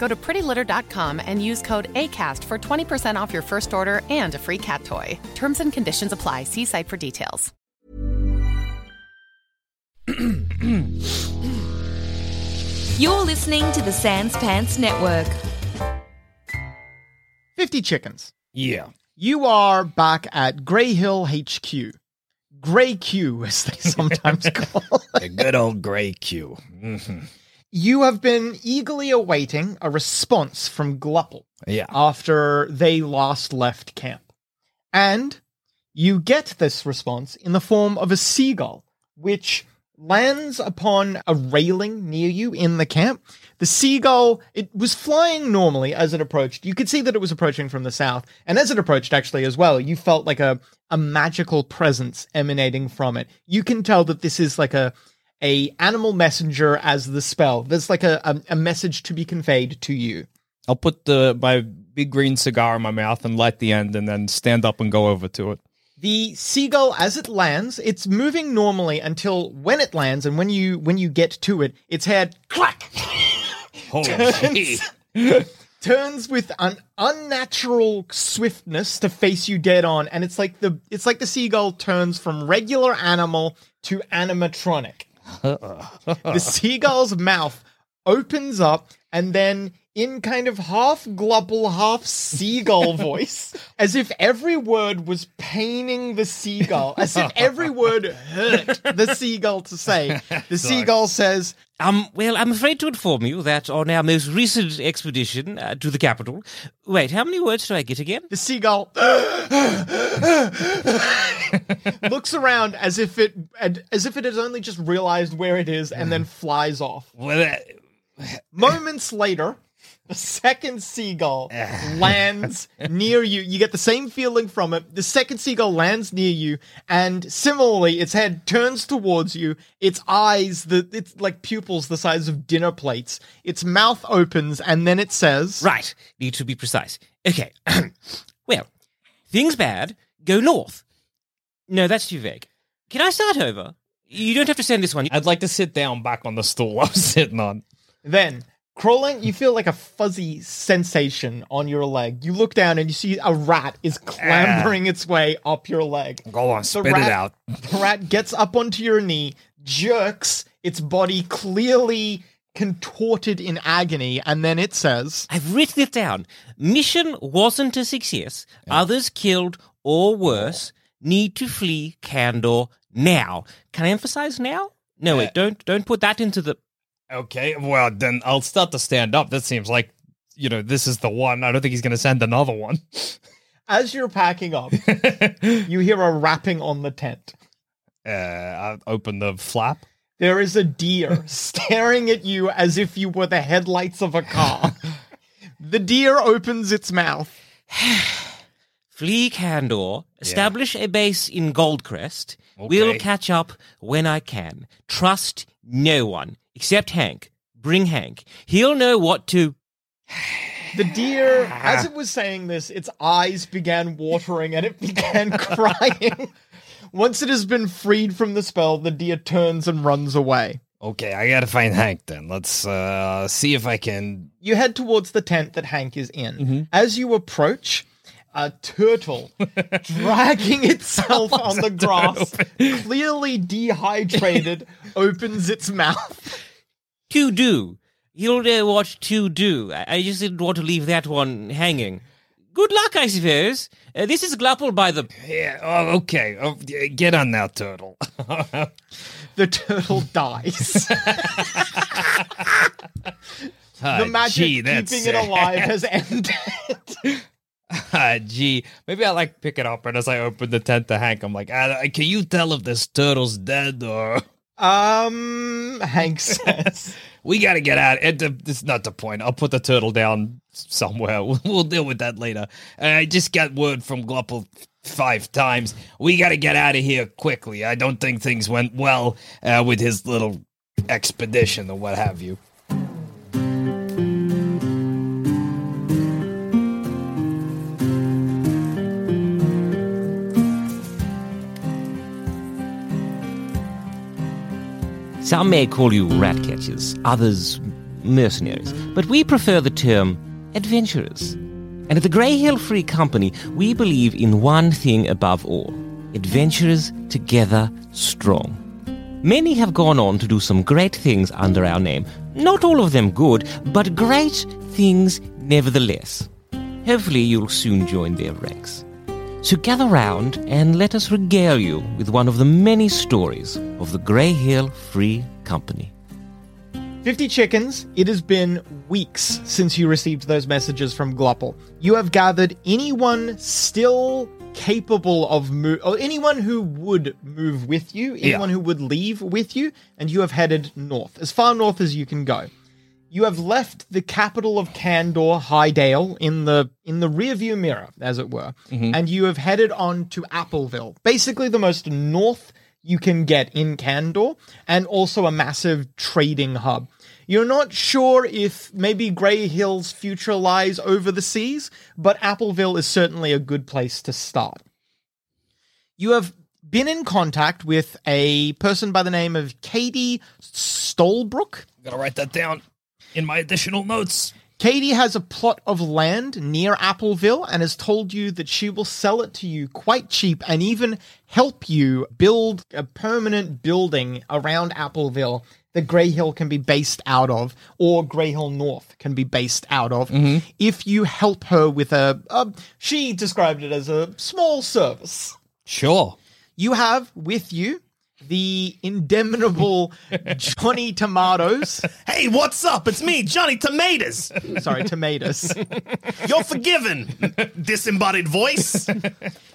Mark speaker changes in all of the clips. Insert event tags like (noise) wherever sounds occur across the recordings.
Speaker 1: Go to prettylitter.com and use code ACAST for 20% off your first order and a free cat toy. Terms and conditions apply. See site for details.
Speaker 2: You're listening to the Sans Pants Network.
Speaker 3: 50 chickens. Yeah. You are back at Grey Hill HQ. Grey Q,
Speaker 4: (laughs)
Speaker 3: as they sometimes call it.
Speaker 5: The good old Grey Q.
Speaker 3: (laughs)
Speaker 5: Mhm.
Speaker 3: You have been eagerly awaiting a response from Glupple
Speaker 5: Yeah.
Speaker 3: after they last left camp. And you get this response in the form of a seagull, which lands upon a railing near you in the camp. The seagull, it was flying normally as it approached. You could see that it was approaching from the south. And as it approached, actually, as well, you felt like a, a magical presence emanating from it. You can tell that this is like a a animal messenger as the spell. There's like a, a, a message to be conveyed to you.
Speaker 6: I'll put the my big green cigar in my mouth and light the end, and then stand up and go over to it.
Speaker 3: The seagull, as it lands, it's moving normally until when it lands, and when you when you get to it, its head clack turns, (laughs) turns with an unnatural swiftness to face you dead on, and it's like the it's like the seagull turns from regular animal to animatronic. the seagull's mouth opens up and then in kind of half globble, half seagull voice, as if every word was paining the seagull, as if every word hurt the seagull to say. The seagull says,
Speaker 7: Um, well, I'm afraid to inform you that on our most recent expedition uh, to the capital. Wait, how many words do I get again?
Speaker 3: the seagull (gasps) looks around as if it as if it has only just realized where it is and then flies off.
Speaker 5: Well, that-
Speaker 3: Moments later, the second seagull lands near you. You get the same feeling from it. The second seagull lands near you, and similarly, its head turns towards you. Its eyes, the it's like pupils the size of dinner plates. Its mouth opens, and then it says,
Speaker 7: Right, need to be precise. Okay. well, things bad, go north. No, that's too vague. Can I start over? You don't have to send this one.
Speaker 6: I'd like to sit down back on the stool I'm sitting on.
Speaker 3: Then crawling, you feel like a fuzzy sensation on your leg. You look down, and you see a rat is clambering its way up your leg.
Speaker 5: go on, spit
Speaker 3: rat-
Speaker 5: it out.
Speaker 3: (laughs) The rat gets up onto your knee, jerks its body clearly contorted in agony, and then it says,
Speaker 7: I've written it down. Mission wasn't a success. Others killed or worse. Need to flee Candor now. Can I emphasize now? No, wait, don't don't put that into the
Speaker 5: Okay, well then I'll start to stand up. That seems like you know this is the one. I don't think he's going to send another one. (laughs)
Speaker 3: As you're packing up, you hear a rapping on the tent.
Speaker 5: Uh, I open the flap.
Speaker 3: There is a deer (laughs) staring at you as if you were the headlights of a car. the deer opens its mouth.
Speaker 7: Flee Candor, establish a base in Goldcrest.
Speaker 5: Okay.
Speaker 7: We'll catch up when I can. Trust no one except Hank. Bring Hank. He'll know what to.
Speaker 3: The deer,
Speaker 7: Ah.
Speaker 3: as it was saying this, its eyes began watering and it (laughs) began crying. Once it has been freed from the spell, the deer turns and runs away.
Speaker 5: Okay, I got to find Hank then. Let's uh, see if I can.
Speaker 3: You head towards the tent that Hank is in. As you approach, a turtle dragging itself on the grass, clearly dehydrated, opens its mouth.
Speaker 7: (laughs) To do. He'll know what to do. I I just didn't want to leave that one hanging. good luck, I suppose. Uh, this is Glapple by the.
Speaker 5: Yeah, oh, okay. Oh, yeah, get on now, turtle.
Speaker 3: (laughs) the
Speaker 5: (laughs)
Speaker 3: turtle dies. the magic keeping it alive
Speaker 8: (laughs)
Speaker 3: has ended.
Speaker 5: Ah, (laughs) gee, maybe I like pick it up, and as I open the tent to Hank, I'm like, ah, "Can you tell if this turtle's dead or?" (laughs)
Speaker 3: Um, Hank says,
Speaker 5: "We got to get out." It, it's not the point. I'll put the turtle down somewhere. (laughs) We'll, we'll deal with that later. Uh, I just got word from Glupple five times. We got to get out of here quickly. I don't think things went well uh, with his little expedition or what have you.
Speaker 7: Some may call you rat catchers, others mercenaries, but we prefer the term adventurers. And at the Grey Hill Free Company, we believe in one thing above all adventurers together strong. Many have gone on to do some great things under our name. Not all of them good, but great things nevertheless. Hopefully, you'll soon join their ranks. So gather round and let us regale you with one of the many stories of the Grey Hill Free Company.
Speaker 3: 50 chickens, it has been weeks since you received those messages from Glupple. You have gathered anyone still capable of move, or anyone who would move with you, anyone who would leave with you, and you have headed north, as far north as you can go. You have left the capital of Candor, Highdale, in the in the rearview mirror, as it were, and you have headed on to Appleville, basically the most north you can get in Candor, and also a massive trading hub. You're not sure if maybe Grey Hill's future lies over the seas, but Appleville is certainly a good place to start. You have been in contact with a person by the name of Katie Stolbrook.
Speaker 5: I'm gonna write that down in my additional notes.
Speaker 3: Katie has a plot of land near Appleville and has told you that she will sell it to you quite cheap and even help you build a permanent building around Appleville that Grey Hill can be based out of or Grey Hill North can be based out of if you help her with a, a she described it as a small service
Speaker 5: Sure.
Speaker 3: you have with you the indemnable Johnny Tomatoes
Speaker 8: Hey, what's up? It's me, Johnny Tomatoes.
Speaker 3: sorry tomatoes
Speaker 8: You're forgiven. (laughs) Disembodied (laughs) voice.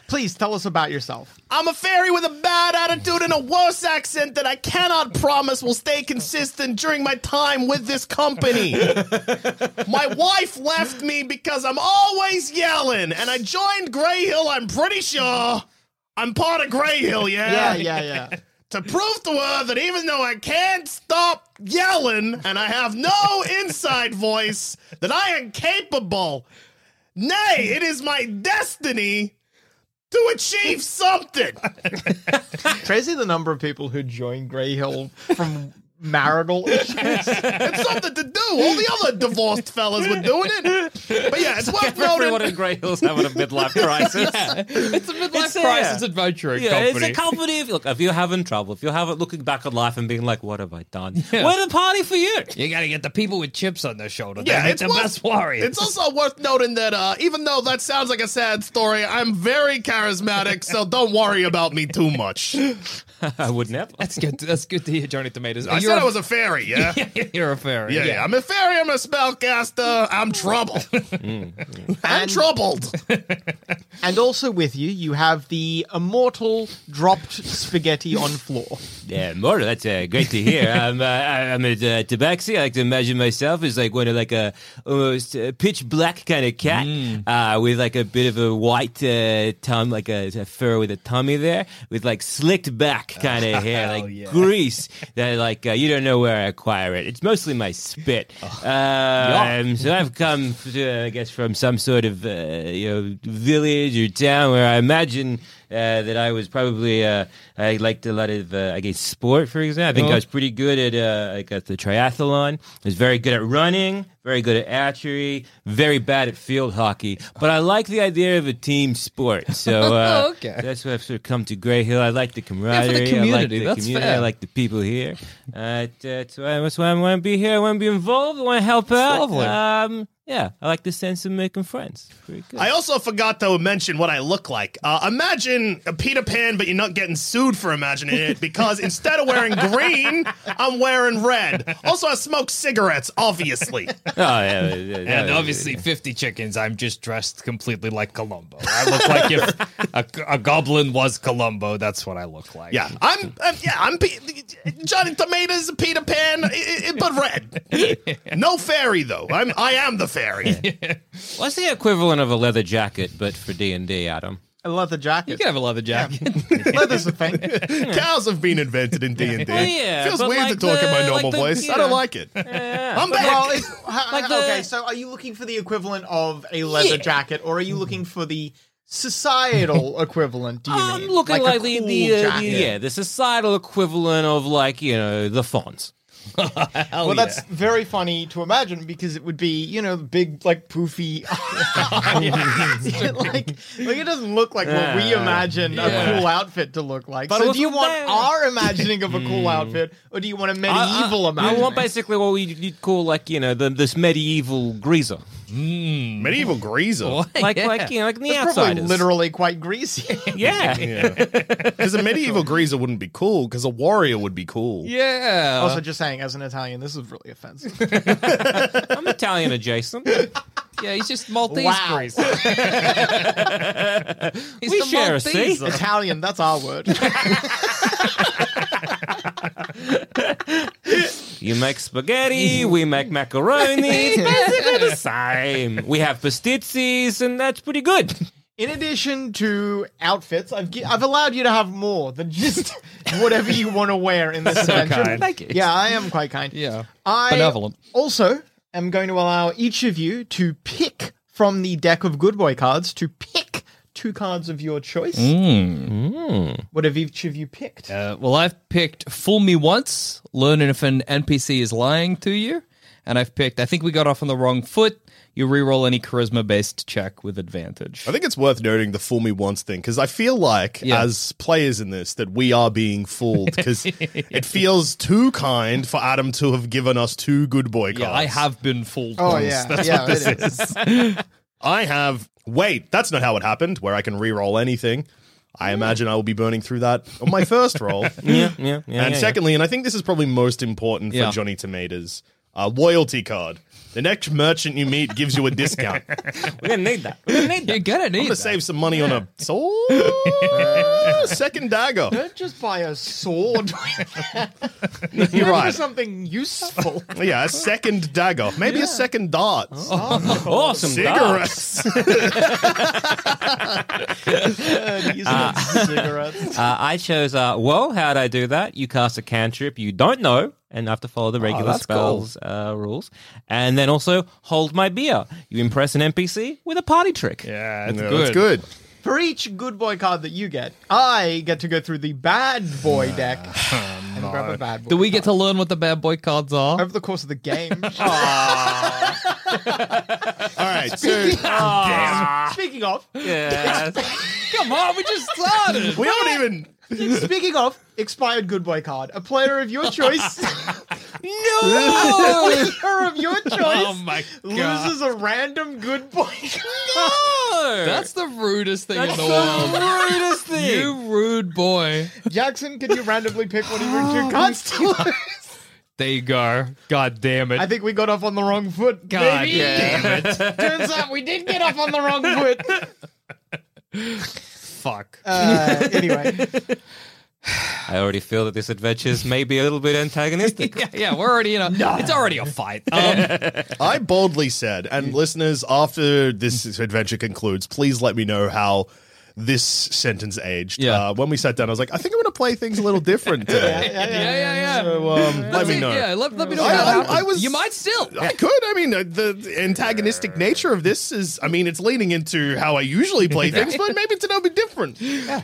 Speaker 3: please tell us about yourself
Speaker 8: I'm a fairy with a bad attitude and a worse accent that I cannot promise will stay consistent during my time with this
Speaker 3: (laughs)
Speaker 8: company. my wife left me because I'm always yelling, and I joined Grey Hill, I'm pretty sure. I'm part of Grey Hill,
Speaker 3: yeah yeah
Speaker 5: (laughs)
Speaker 3: yeah
Speaker 8: to prove to her that even though I can't stop yelling and I have no inside voice, that I am capable. Nay, it is my destiny to achieve something.
Speaker 3: Crazy the number of people who join Grey Hill from marital issues.
Speaker 8: It's something to do. All the other divorced fellas were doing it. But yeah, it's worth
Speaker 9: Everyone
Speaker 8: noting.
Speaker 9: in Grey Hill's having a
Speaker 5: (laughs)
Speaker 9: midlife crisis.
Speaker 5: It's a midlife
Speaker 9: It's a-
Speaker 3: (laughs)
Speaker 5: crisis adventuring
Speaker 9: Yeah,
Speaker 5: company.
Speaker 9: it's a company. If, look, if you're having trouble, if you're having looking back on life and being like, "What have I done?" We're the party for you.
Speaker 5: you gotta get the people with chips on their shoulder.
Speaker 8: Yeah,
Speaker 5: they make
Speaker 8: it's
Speaker 5: the
Speaker 8: worth-
Speaker 5: best warriors.
Speaker 8: It's also worth noting that uh, even though that sounds like a sad story, I'm very charismatic, so don't worry about me too much.
Speaker 9: I would never.
Speaker 5: That's good. That's good to hear, Johnny Tomatoes.
Speaker 8: I said I was a fairy,
Speaker 5: (laughs)
Speaker 8: yeah?
Speaker 5: (laughs) You're a fairy.
Speaker 8: Yeah, yeah. I'm a fairy. I'm a spellcaster. I'm (laughs) troubled. Mm, I'm troubled.
Speaker 3: And also with you, you have the immortal dropped spaghetti on floor.
Speaker 9: Yeah, more. That's uh, great to hear. I'm uh, I- I'm a uh, tabaxi. I like to imagine myself as like one of like a almost uh, pitch black kind of cat uh, with like a bit of a white uh, tum, like a, a fur with a tummy there, with like slicked back kind of hair, like grease. That like uh, you don't know where I acquire it. It's mostly my spit. Um, so I've come, uh, I guess, from some sort of uh, you know village or town where I imagine uh, that I was probably uh, I liked a lot of uh, I guess sport for example. I
Speaker 5: Oh.
Speaker 9: think I was pretty good at uh, like at the triathlon. I was very good at running, very good at archery, very bad at field hockey. But I like the idea of a team sport. So
Speaker 5: (laughs)
Speaker 9: uh, that's why I've sort of come to Grey Hill. I like the camaraderie. I like
Speaker 5: community,
Speaker 9: the
Speaker 5: that's
Speaker 9: community. I
Speaker 5: fair.
Speaker 9: like the people here. Uh, that's, why, that's why I want to be here. I want to be involved. I want to help out.
Speaker 5: lovely.
Speaker 9: Um, yeah, I like the sense of making friends. Pretty good.
Speaker 8: I also forgot to mention what I look like. Uh, imagine a Peter Pan, but you're not getting sued for imagining it because instead of wearing green, I'm wearing red. Also, I smoke cigarettes, obviously.
Speaker 5: oh
Speaker 9: yeah,
Speaker 5: and obviously fifty chickens. I'm just dressed completely like Columbo. I look like if a, a goblin was Columbo. That's what I look like.
Speaker 8: Yeah, I'm. I'm yeah, I'm Pe- Johnny Tomatoes, Peter Pan, i- i- but red. No fairy though. I'm. I am the fairy.
Speaker 9: What's the equivalent of a leather jacket, but for D and D, Adam?
Speaker 3: A leather jacket. You
Speaker 5: can have a leather jacket.
Speaker 3: Leather's a thing.
Speaker 8: Cows have been invented in D and D.
Speaker 9: Well, Oh, yeah,
Speaker 8: feels
Speaker 9: but
Speaker 8: weird
Speaker 9: like
Speaker 8: to talk in my
Speaker 9: the-
Speaker 8: normal
Speaker 9: like the-
Speaker 8: voice.
Speaker 9: you
Speaker 8: I don't
Speaker 9: know.
Speaker 8: like it. (laughs) I'm
Speaker 3: But
Speaker 8: back.
Speaker 3: well, it's- ha- okay, so are you looking for the equivalent of a leather jacket, or are you looking for the
Speaker 8: (laughs)
Speaker 3: societal equivalent? Do you
Speaker 9: I'm
Speaker 3: mean?
Speaker 9: looking like,
Speaker 3: a
Speaker 9: the,
Speaker 3: cool
Speaker 9: the, uh, the
Speaker 3: jacket.
Speaker 9: yeah, the societal equivalent of like you know the
Speaker 5: (laughs)
Speaker 9: fonts.
Speaker 3: well, that's very funny to imagine because it would be, you know, big, like poofy. (laughs)
Speaker 9: (laughs)
Speaker 3: like, like it doesn't look like what we
Speaker 9: Yeah.
Speaker 3: imagine
Speaker 9: Yeah.
Speaker 3: a cool outfit to look like.
Speaker 9: But
Speaker 3: so,
Speaker 9: look
Speaker 3: do you want
Speaker 9: there.
Speaker 3: our imagining of a cool outfit, or do you want a medieval
Speaker 9: Hmm. I, I, I
Speaker 3: imagining?
Speaker 9: want basically what you'd you'd call like you know the, this medieval greaser.
Speaker 8: Medieval greaser,
Speaker 9: (laughs) like like you know like the
Speaker 3: Mm, That's probably
Speaker 9: outsiders.
Speaker 3: literally quite greasy. (laughs)
Speaker 9: yeah.
Speaker 8: Because a medieval greaser wouldn't be cool. Because a warrior would be cool.
Speaker 9: Yeah.
Speaker 3: Also, just saying, as an Italian, this is really offensive.
Speaker 9: I'm Italian adjacent. (laughs)
Speaker 5: Yeah, he's just Maltese
Speaker 3: Wow.
Speaker 5: grease. (laughs) (laughs) He's
Speaker 3: we
Speaker 5: the
Speaker 3: share a
Speaker 5: Malteser.
Speaker 3: sea. (laughs)
Speaker 5: (laughs)
Speaker 3: Italian, that's our (laughs) word.
Speaker 9: You make spaghetti, we make macaroni. It's basically the same. We have pastizzis, and that's pretty good.
Speaker 3: In addition to outfits, I've gi- I've allowed you to have more than just (laughs) whatever you want to wear in this
Speaker 5: So
Speaker 3: adventure.
Speaker 5: kind. Thank you.
Speaker 3: Yeah, I am quite kind.
Speaker 5: Yeah.
Speaker 3: I
Speaker 5: Benevolent.
Speaker 3: Also, am going to allow each of you to pick from the deck of good boy cards to pick two cards of your choice.
Speaker 8: Mm.
Speaker 3: What have each of you picked?
Speaker 5: Uh, well, I've picked Fool Me Once, Learn If an NPC Is Lying to You. And I've picked, I think we got off on the wrong foot. You reroll any charisma based check with advantage.
Speaker 8: I think it's worth noting the fool me once thing because I feel like
Speaker 5: Yeah.
Speaker 8: as players in this that we are being fooled
Speaker 5: (laughs)
Speaker 8: because it feels too kind for Adam to have given us two good boy cards.
Speaker 5: Yeah, I have been fooled
Speaker 3: Oh,
Speaker 5: once.
Speaker 3: yeah.
Speaker 5: That's
Speaker 3: Yeah,
Speaker 5: what
Speaker 3: it
Speaker 5: this is.
Speaker 3: (laughs)
Speaker 8: I have. Wait, that's not how it happened. Where I can re-roll anything.
Speaker 5: Hmm.
Speaker 8: I imagine I will be burning through that on my first
Speaker 5: (laughs)
Speaker 8: roll.
Speaker 9: Yeah, yeah, yeah.
Speaker 8: and
Speaker 9: yeah,
Speaker 8: secondly, and I think this is probably most important for
Speaker 5: Yeah.
Speaker 8: Johnny Tomatoes, a loyalty card. The next merchant you meet gives you a discount. I'm
Speaker 9: yeah. we didn't need that. We didn't need that.
Speaker 5: You're gonna need
Speaker 8: gonna
Speaker 5: that.
Speaker 8: save some money on a sword, second dagger.
Speaker 3: Don't just buy a sword. (laughs)
Speaker 8: You're
Speaker 3: For
Speaker 8: right.
Speaker 3: something useful.
Speaker 8: (laughs) Yeah, a second dagger, maybe a second dart.
Speaker 9: Awesome. dog.
Speaker 8: Cigarettes. (laughs)
Speaker 7: (laughs)
Speaker 5: (laughs) Ah.
Speaker 3: cigarettes.
Speaker 9: Uh, I chose, uh, well, how'd I do that? You cast a cantrip you don't know and have to follow the regular
Speaker 5: that's cool.
Speaker 9: spells uh, rules. And then also, hold my beer. You impress an NPC with a party trick.
Speaker 5: Yeah,
Speaker 8: That's
Speaker 5: that's
Speaker 8: no,
Speaker 5: good.
Speaker 8: That's good.
Speaker 3: For each good boy card that you get, I get to go through the bad boy
Speaker 8: (laughs)
Speaker 3: deck and grab a bad boy.
Speaker 5: Do we get to learn what the bad boy cards are?
Speaker 3: over the course of the
Speaker 5: (laughs)
Speaker 3: game?
Speaker 8: All right, so
Speaker 3: (laughs) Speaking of, (laughs)
Speaker 5: Come on, Oh, we just started.
Speaker 8: we haven't even.
Speaker 3: speaking of expired good boy card, a player of your
Speaker 5: (laughs)
Speaker 3: choice,
Speaker 5: no!
Speaker 3: player of your choice,
Speaker 5: Oh my god.
Speaker 3: loses a random good boy. (laughs) card.
Speaker 9: No!
Speaker 5: That's the rudest thing in the world.
Speaker 9: the rudest thing.
Speaker 5: You rude boy.
Speaker 3: Jackson, can you randomly pick one of your
Speaker 5: (gasps)
Speaker 3: two cards? to (laughs) lose?
Speaker 5: There you go. God damn it.
Speaker 3: I think we got off on the wrong foot.
Speaker 5: God
Speaker 3: maybe.
Speaker 5: damn it.
Speaker 3: Turns out we did get off on the wrong foot.
Speaker 5: Fuck.
Speaker 3: Uh, anyway,
Speaker 9: I already feel that this adventure is maybe a little bit antagonistic.
Speaker 5: yeah, yeah, we're already in a. It's already a fight. Um,
Speaker 8: I boldly said, and listeners, after this adventure concludes, please let me know how this sentence aged.
Speaker 5: Yeah.
Speaker 8: Uh, when we sat down, I was like, I think I'm going to play things a little different today.
Speaker 5: yeah, yeah, yeah.
Speaker 8: So, um, let
Speaker 5: That's
Speaker 8: me
Speaker 5: it,
Speaker 8: know.
Speaker 5: Yeah, let, let me know.
Speaker 8: I-
Speaker 5: how
Speaker 8: I-
Speaker 5: that happened.
Speaker 8: I was-
Speaker 5: You might still.
Speaker 8: I could. I mean, uh, the the antagonistic nature of this is, I mean, it's leaning into how I usually play things, but maybe it's a little bit different.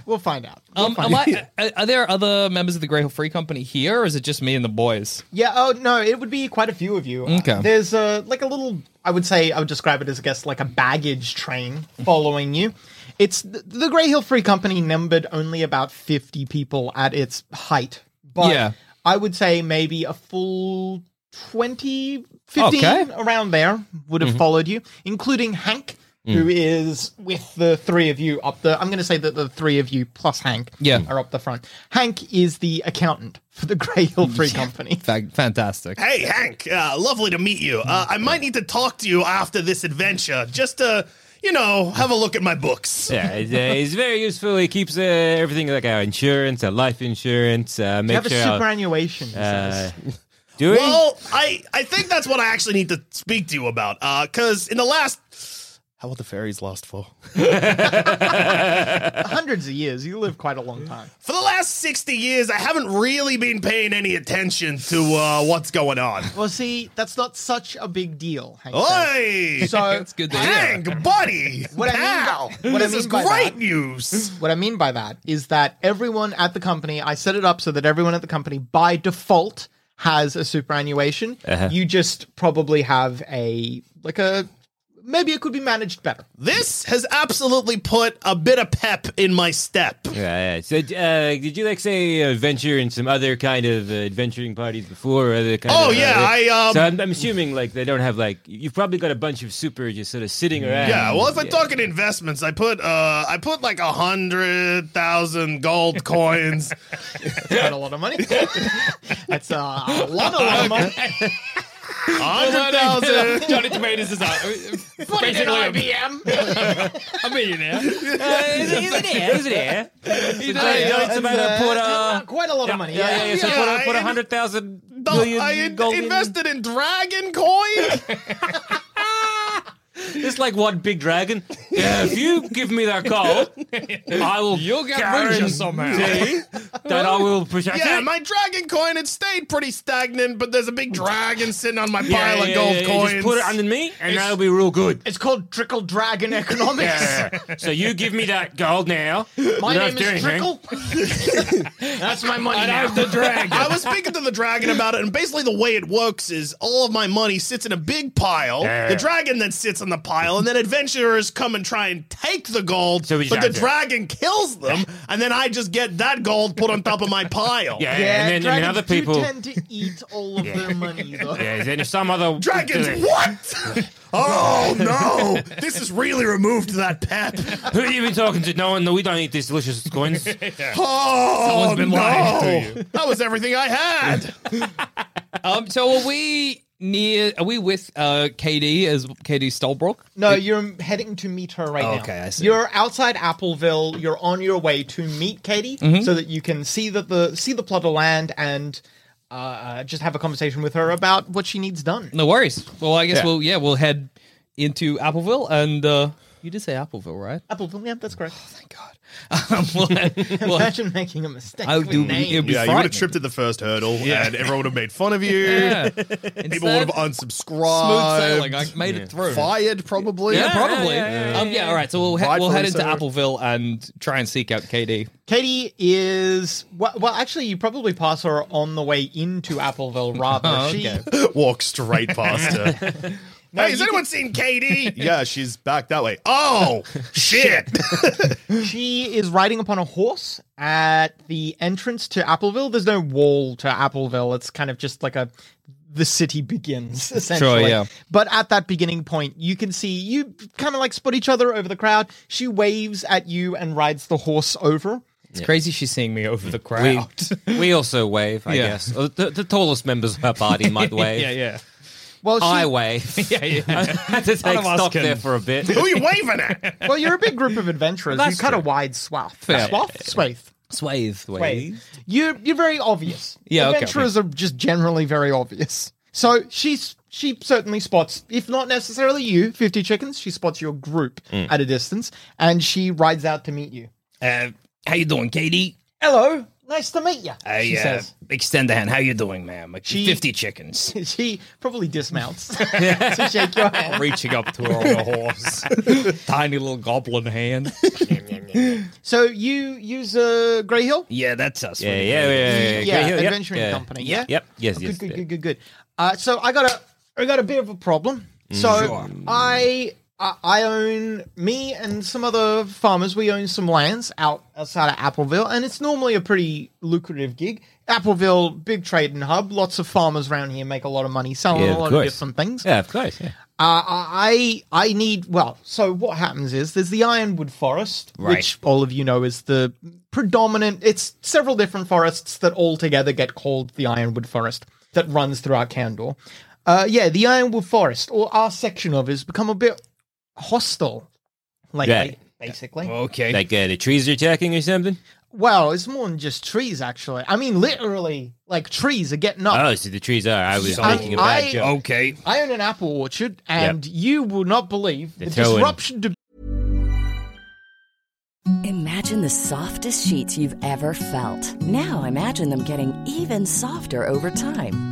Speaker 3: we'll find out.
Speaker 5: Um, am I, are- are there other members of the Grey Hill Free Company here, or is it just me and the boys?
Speaker 3: Yeah. Oh no, it would be quite a few of you.
Speaker 5: Okay.
Speaker 3: There's a like a little. I would say I would describe it as I guess like a baggage train following you. It's the, the Grey Hill Free Company numbered only about fifty people at its height, but
Speaker 5: Yeah.
Speaker 3: I would say maybe a full 20, 15,
Speaker 6: Okay.
Speaker 3: around there would have
Speaker 6: Mhm.
Speaker 3: followed you, including Hank, who is with the three of you up the. I'm going to say that the three of you plus Hank
Speaker 6: Yeah.
Speaker 3: are up the front. Hank is the accountant for the Grey Hill Tree
Speaker 8: (laughs)
Speaker 3: Company.
Speaker 8: (laughs)
Speaker 6: Fantastic.
Speaker 8: Hey, Hank, uh, lovely to meet you. Uh, I might need to talk to you after this adventure just to, you know, have a look at my books.
Speaker 9: yeah,
Speaker 8: (laughs)
Speaker 9: it's, uh, it's very useful. It keeps uh, everything like our insurance, our life insurance. Uh,
Speaker 3: You
Speaker 9: make
Speaker 3: have a
Speaker 9: sure our-
Speaker 3: superannuation. he
Speaker 9: uh,
Speaker 3: says.
Speaker 9: (laughs) do we?
Speaker 8: Well, I, I think that's what I actually need to speak to you about. Because in the last. How about the fairies lost for?
Speaker 3: (laughs) Hundreds of years. You live quite a long time.
Speaker 8: For the last 60 years, I haven't really been paying any attention to uh, what's going on.
Speaker 3: Well, see, that's not such a big deal. Hank says.
Speaker 8: Oi!
Speaker 3: So,
Speaker 8: Hank, buddy!
Speaker 3: What I mean
Speaker 8: pal,
Speaker 3: by- what I
Speaker 8: this
Speaker 3: mean
Speaker 8: is
Speaker 3: by
Speaker 8: great
Speaker 3: that-
Speaker 8: news!
Speaker 3: What I mean by that is that everyone at the company, I set it up so that everyone at the company by default has a superannuation.
Speaker 9: Uh-huh.
Speaker 3: You just probably have a like a maybe it could be managed
Speaker 8: (laughs)
Speaker 3: better.
Speaker 8: This has absolutely put a bit of pep in my step.
Speaker 9: Yeah, yeah. So, uh, did you like say uh, venture in some other kind of uh, adventuring parties before? Or other kind
Speaker 8: Oh,
Speaker 9: of,
Speaker 8: yeah,
Speaker 9: uh,
Speaker 8: I, um,
Speaker 9: So I'm, I'm assuming like they don't have like you've probably got a bunch of super just sort of sitting around.
Speaker 8: Yeah, well, if I'm talking investments, I put uh, I put like a hundred thousand
Speaker 3: (laughs)
Speaker 8: gold coins.
Speaker 3: It's not a lot of money. (laughs) That's uh, a lot, a lot of (laughs) money.
Speaker 8: hundred thousand.
Speaker 5: Johnny Tomatoes is a
Speaker 3: Put it in IBM.
Speaker 5: (laughs) a
Speaker 3: Uh,
Speaker 5: millionaire.
Speaker 9: is it there? Is it there? It's about- it's about a put uh,
Speaker 3: Quite a lot of money.
Speaker 9: yeah, yeah, yeah. So
Speaker 8: Yeah,
Speaker 9: put
Speaker 8: I-
Speaker 9: a, put a hundred thousand million
Speaker 8: I in-
Speaker 9: gold in-
Speaker 8: invested in
Speaker 9: (laughs)
Speaker 8: dragon coin.
Speaker 9: It's like one big dragon. Yeah, if you give me that gold, I will.
Speaker 5: (laughs) You'll get richer somehow.
Speaker 9: guarantee (laughs) That I will protect
Speaker 8: yeah,
Speaker 9: it.
Speaker 8: my dragon coin it stayed pretty stagnant, but there's a big dragon sitting on my pile
Speaker 9: Yeah,
Speaker 8: of
Speaker 9: yeah,
Speaker 8: gold
Speaker 9: yeah, yeah,
Speaker 8: coins.
Speaker 9: Just put it under me, and
Speaker 8: It's-
Speaker 9: that'll be real good.
Speaker 3: It's called trickle
Speaker 8: (laughs)
Speaker 3: dragon economics.
Speaker 9: So you give me that gold now.
Speaker 3: (laughs) My
Speaker 9: You don't
Speaker 3: name
Speaker 9: have to do
Speaker 3: is
Speaker 9: anything.
Speaker 3: Trickle. (laughs) That's my money. now.
Speaker 8: (laughs) I was speaking to the dragon about it, and basically the way it works is all of my money sits in a big pile.
Speaker 9: Yeah.
Speaker 8: The dragon then sits on the pile, and then adventurers come and try and take the gold.
Speaker 9: So we
Speaker 8: but the
Speaker 9: just-
Speaker 8: dragon kills them, and then I just get that gold put on top of my pile.
Speaker 9: Yeah,
Speaker 3: Yeah,
Speaker 9: and then and
Speaker 3: dragons
Speaker 9: other
Speaker 3: do
Speaker 9: people.
Speaker 3: tend to eat all of their (laughs) money. Though.
Speaker 9: (laughs) Yeah, then if some other
Speaker 8: (laughs) Dragons,
Speaker 9: (laughs)
Speaker 8: what? oh no! (laughs) This has really removed that
Speaker 9: (laughs)
Speaker 8: pep.
Speaker 9: Who have you been talking to? No one. No, we don't eat these delicious
Speaker 8: (laughs)
Speaker 9: coins.
Speaker 8: Oh
Speaker 5: Someone's been
Speaker 8: no!
Speaker 5: lying to you.
Speaker 8: That was everything I had.
Speaker 5: Um, so are we near? Are we with uh, KD as KD Stolbrook?
Speaker 3: No, you're heading to meet her right now.
Speaker 5: Oh, Okay, I see.
Speaker 3: You're outside Appleville. You're on your way to meet Katie,
Speaker 5: Mm-hmm.
Speaker 3: so that you can see that the see the plot of land and uh, uh, just have a conversation with her about what she needs done.
Speaker 5: No worries. Well, I guess
Speaker 9: Yeah.
Speaker 5: we'll yeah we'll head into Appleville and uh, you did say Appleville, right?
Speaker 3: Appleville, yeah, that's correct.
Speaker 5: Oh, (laughs) Um, we'll
Speaker 3: (laughs)
Speaker 5: we'll-
Speaker 3: Imagine making a mistake.
Speaker 5: I
Speaker 3: with
Speaker 5: do-
Speaker 3: names.
Speaker 5: it- Yeah, you would've frightening.
Speaker 8: tripped at the first hurdle, and everyone would have made fun
Speaker 5: (laughs)
Speaker 8: of you. (laughs)
Speaker 5: yeah.
Speaker 8: People
Speaker 5: Instead,
Speaker 8: would have
Speaker 5: smooth
Speaker 8: unsubscribed.
Speaker 5: sailing. I made it through.
Speaker 8: Fired, probably.
Speaker 5: Yeah, probably. um, yeah, all right. So we'll, he- we'll
Speaker 8: Rightfully
Speaker 5: head into
Speaker 8: so.
Speaker 5: Appleville and try and seek out KD.
Speaker 3: Katie is well, well. Actually, you probably pass her on the way into Appleville. Rather,
Speaker 5: Oh,
Speaker 3: she
Speaker 5: okay.
Speaker 8: (laughs)
Speaker 3: (laughs)
Speaker 8: Walk straight past
Speaker 5: (laughs)
Speaker 8: her. hey, has anyone seen Katie? (laughs) yeah, she's back that way. Oh,
Speaker 3: (laughs)
Speaker 8: shit.
Speaker 3: She is riding upon a horse at the entrance to Appleville. There's no wall to Appleville. It's kind of just like a the city begins essentially.
Speaker 5: yeah.
Speaker 3: But at that beginning point, you can see you kind of like spot each other over the crowd. She waves at you and rides the horse over.
Speaker 5: It's crazy she's seeing me over the
Speaker 9: We,
Speaker 5: crowd.
Speaker 9: (laughs) we also wave, I
Speaker 5: Yeah.
Speaker 9: guess. Uh, The, the tallest members of our party
Speaker 8: (laughs)
Speaker 9: might wave.
Speaker 5: yeah, yeah.
Speaker 3: Well, she,
Speaker 9: I wave.
Speaker 5: Yeah, yeah.
Speaker 9: (laughs) I had to take
Speaker 5: of us
Speaker 9: stock
Speaker 5: can-
Speaker 9: there for a bit.
Speaker 8: Who are you waving at?
Speaker 3: well, you're a big group of adventurers. you
Speaker 9: That's
Speaker 3: cut a
Speaker 9: true.
Speaker 3: wide swath.
Speaker 5: Fair.
Speaker 3: Swath, swathe.
Speaker 5: Swathe.
Speaker 3: Wait, you're you're very obvious.
Speaker 5: Yeah, okay.
Speaker 3: adventurers are just generally very obvious. So she's she certainly spots, if not necessarily you, fifty chickens. She spots your group
Speaker 5: Mm.
Speaker 3: at a distance, and she rides out to meet you.
Speaker 5: Uh, how you doing, KD?
Speaker 3: Hello, nice to meet you.
Speaker 5: I,
Speaker 3: she
Speaker 5: uh,
Speaker 3: says.
Speaker 5: extend a hand. How you doing, ma'am? Like
Speaker 3: She-
Speaker 5: 50 chickens.
Speaker 3: (laughs) She probably dismounts (laughs) to shake your hand.
Speaker 5: (laughs) Reaching up to her on (laughs) a horse. (laughs) Tiny little goblin hand.
Speaker 3: So you use a uh, Grey Hill,
Speaker 5: Yeah, that's us.
Speaker 9: Yeah, yeah, yeah, yeah, yeah.
Speaker 3: yeah,
Speaker 9: Yep,
Speaker 3: adventuring
Speaker 9: yeah.
Speaker 3: company, yeah, Oh,
Speaker 9: Yep. Yes.
Speaker 3: good,
Speaker 9: yes. Mm.
Speaker 3: good, good, good, good. Uh, so I got a, I got a bit of a problem. So I, I, I own me and some other farmers. We own some lands out outside of Appleville, and it's normally a pretty lucrative gig. Appleville, big trading hub. Lots of farmers around here make a lot of money selling a lot of different things.
Speaker 9: Yeah, of course. Yeah.
Speaker 3: Uh, I I need well. So what happens is there's the Ironwood Forest,
Speaker 9: Right.
Speaker 3: which all of you know is the predominant. It's several different forests that all together get called the Ironwood Forest that runs throughout Candor. Uh, yeah, the Ironwood Forest or our section of it has become a bit hostile lately.
Speaker 9: Right.
Speaker 3: Basically,
Speaker 5: okay.
Speaker 9: Like uh, the trees are attacking or something.
Speaker 3: well, it's more than just trees. Actually, I mean literally, like trees are getting up.
Speaker 9: Oh, so the trees are. I was
Speaker 3: So-
Speaker 9: making a bad
Speaker 3: I-
Speaker 9: joke.
Speaker 5: Okay.
Speaker 3: I own an apple orchard, and you will not believe the,
Speaker 9: They're throwing-
Speaker 3: disruption to
Speaker 10: Imagine the softest sheets you've ever felt. Now imagine them getting even softer over time.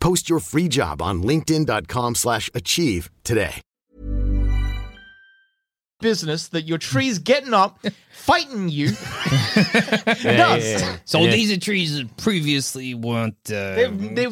Speaker 11: Post your free job on linkedin.com/achieve slash achieve today.
Speaker 3: business that your tree's getting up, fighting (laughs) you.
Speaker 5: does. So
Speaker 3: Yeah.
Speaker 5: these are trees that previously weren't uh,